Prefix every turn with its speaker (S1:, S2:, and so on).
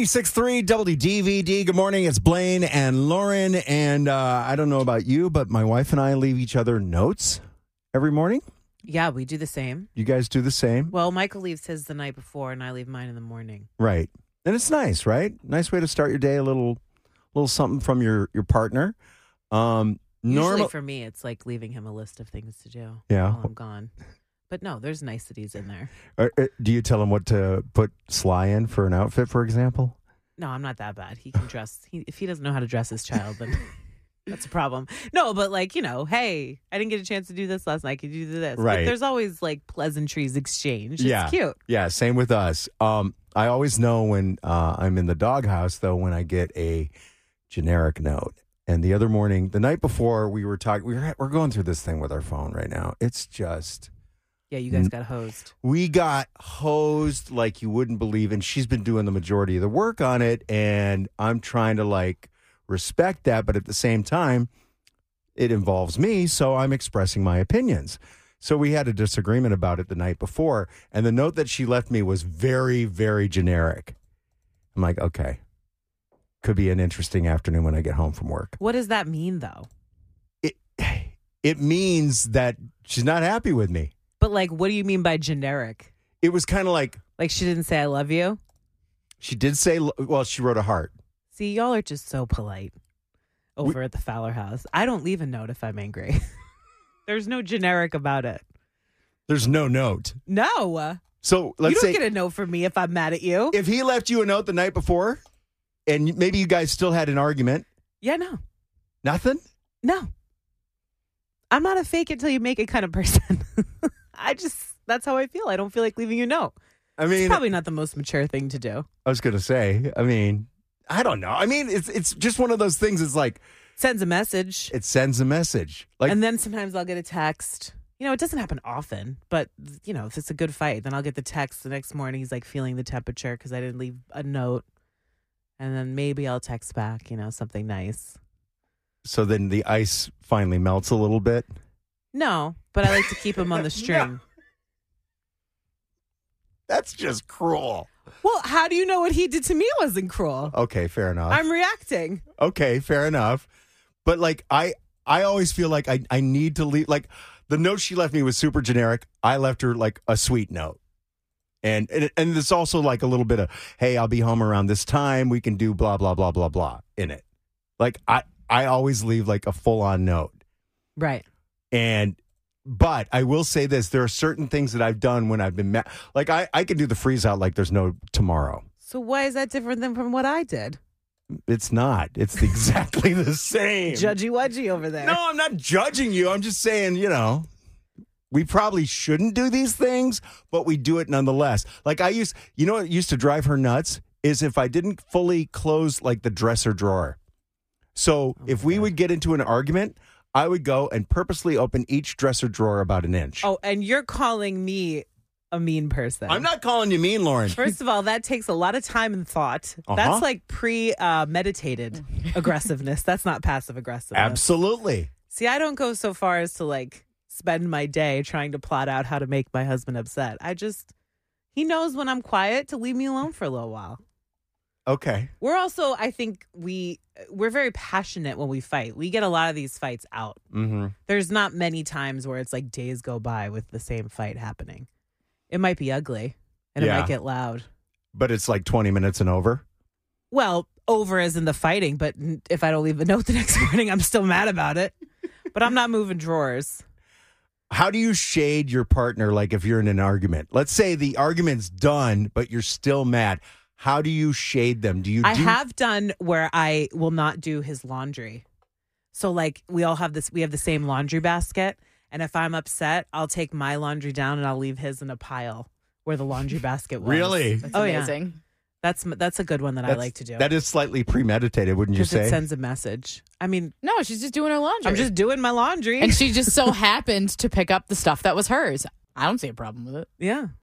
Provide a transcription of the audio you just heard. S1: 96.3 WDVD. Good morning. It's Blaine and Lauren. And uh, I don't know about you, but my wife and I leave each other notes every morning.
S2: Yeah, we do the same.
S1: You guys do the same?
S2: Well, Michael leaves his the night before, and I leave mine in the morning.
S1: Right. And it's nice, right? Nice way to start your day. A little little something from your, your partner. Um,
S2: Usually
S1: normal.
S2: for me, it's like leaving him a list of things to do
S1: Yeah.
S2: while I'm gone. But no, there's niceties in there.
S1: Or, uh, do you tell him what to put Sly in for an outfit, for example?
S2: No, I'm not that bad. He can dress. He, if he doesn't know how to dress his child, then that's a problem. No, but like you know, hey, I didn't get a chance to do this last night. Could you do this? But
S1: Right.
S2: there's always like pleasantries exchanged. It's
S1: Yeah.
S2: cute.
S1: Yeah, same with us. Um, I always know when uh, I'm in the doghouse, though, when I get a generic note. And the other morning, the night before, we were talking. We were we're going through this thing with our phone right now. It's just
S2: Yeah, you
S1: Mm.
S2: guys got hosed.
S1: we got hosed like you wouldn't believe, and she's been doing the majority of the work on it, and I'm trying to like respect that, but at the same time, it involves me, so I'm expressing my opinions. So we had a disagreement about it the night before, and the note that she left me was very, very generic. I'm like, okay, could be an interesting afternoon when I get home from work.
S2: What does that mean though?
S1: It it means that she's not happy with me.
S2: But like, what do you mean by generic?
S1: It was kind of like
S2: Like she didn't say I love you.
S1: She did say, well, she wrote a heart.
S2: See, y'all are just so polite over at the Fowler house. I don't leave a note if I'm angry. There's no generic about it.
S1: There's no note.
S2: No.
S1: So
S2: you
S1: let's
S2: don't
S1: say
S2: get a note from me if I'm mad at you.
S1: if he left you a note the night before and maybe you guys still had an argument,
S2: yeah, no.
S1: nothing?
S2: No. I'm not a fake it till you make it kind of person. I just that's how I feel. I don't feel like leaving you a note.
S1: I
S2: It's
S1: mean,
S2: probably not the most mature thing to do.
S1: I was going to say, I mean, I don't know. I mean, it's it's just one of those things. It's like
S2: Sends a message.
S1: it sends a message. Like
S2: and then sometimes I'll get a text. You know, it doesn't happen often, but you know, if it's a good fight, then I'll get the text the next morning. He's like feeling the temperature because I didn't leave a note, and then maybe I'll text back. You know, something nice.
S1: so then the ice finally melts a little bit.
S2: No, but I like to keep him on the string.
S1: That's just cruel.
S2: Well, how do you know what he did to me wasn't cruel?
S1: Okay, fair enough.
S2: I'm reacting.
S1: okay, fair enough. But like I I always feel like I, I need to leave like the note she left me was super generic. I left her like a sweet note. And and and it's also like a little bit of, hey, I'll be home around this time. We can do blah blah blah blah blah in it. Like I I always leave like a full on note.
S2: Right.
S1: And but I will say this, there are certain things that I've done when I've been mad. Like I, I can do the freeze out like there's no tomorrow.
S2: So why is that different than from what I did?
S1: It's not. It's exactly the same.
S2: Judgy wedgy over there.
S1: No, I'm not judging you. I'm just saying, you know, we probably shouldn't do these things, but we do it nonetheless. Like I used, you know, what used to drive her nuts is if I didn't fully close like the dresser drawer. So if we would get into an argument, I would go and purposely open each dresser drawer about an inch.
S2: Oh, and you're calling me a mean person.
S1: I'm not calling you mean, Lauren.
S2: First of all, that takes a lot of time and thought.
S1: Uh-huh. Mm.
S2: That's like pre uh, meditated aggressiveness. That's not passive aggressiveness.
S1: Absolutely.
S2: See, I don't go so far as to like spend my day trying to plot out how to make my husband upset. I just, he knows when I'm quiet to leave me alone for a little while.
S1: Okay.
S2: We're also, I think we we're very passionate when we fight. We get a lot of these fights out.
S1: Mm-hmm.
S2: There's not many times where it's like days go by with the same fight happening. It might be ugly and it
S1: Yeah.
S2: might get loud.
S1: But it's like 20 minutes and over.
S2: Well, over as in the fighting, but n- if I don't leave a note the next morning, I'm still mad about it. But I'm not moving drawers.
S1: how do you shade your partner like if you're in an argument let's say the argument's done but you're still mad how do you shade them do you
S2: I
S1: do
S2: have done where I will not do his laundry. So like we all have this we have the same laundry basket and if I'm upset, I'll take my laundry down and I'll leave his in a pile where the laundry basket was.
S1: really
S3: That's
S2: Oh, yeah.
S3: amazing.
S2: That's m- that's a good one that I
S1: That's-
S2: like to do.
S1: that is slightly premeditated wouldn't you
S2: because
S1: say
S2: it sends a message. I mean,
S3: No, she's just doing her laundry.
S2: I'm just doing my laundry.
S3: and she just so happened to pick up the stuff that was hers. I don't see a problem with it.
S2: yeah.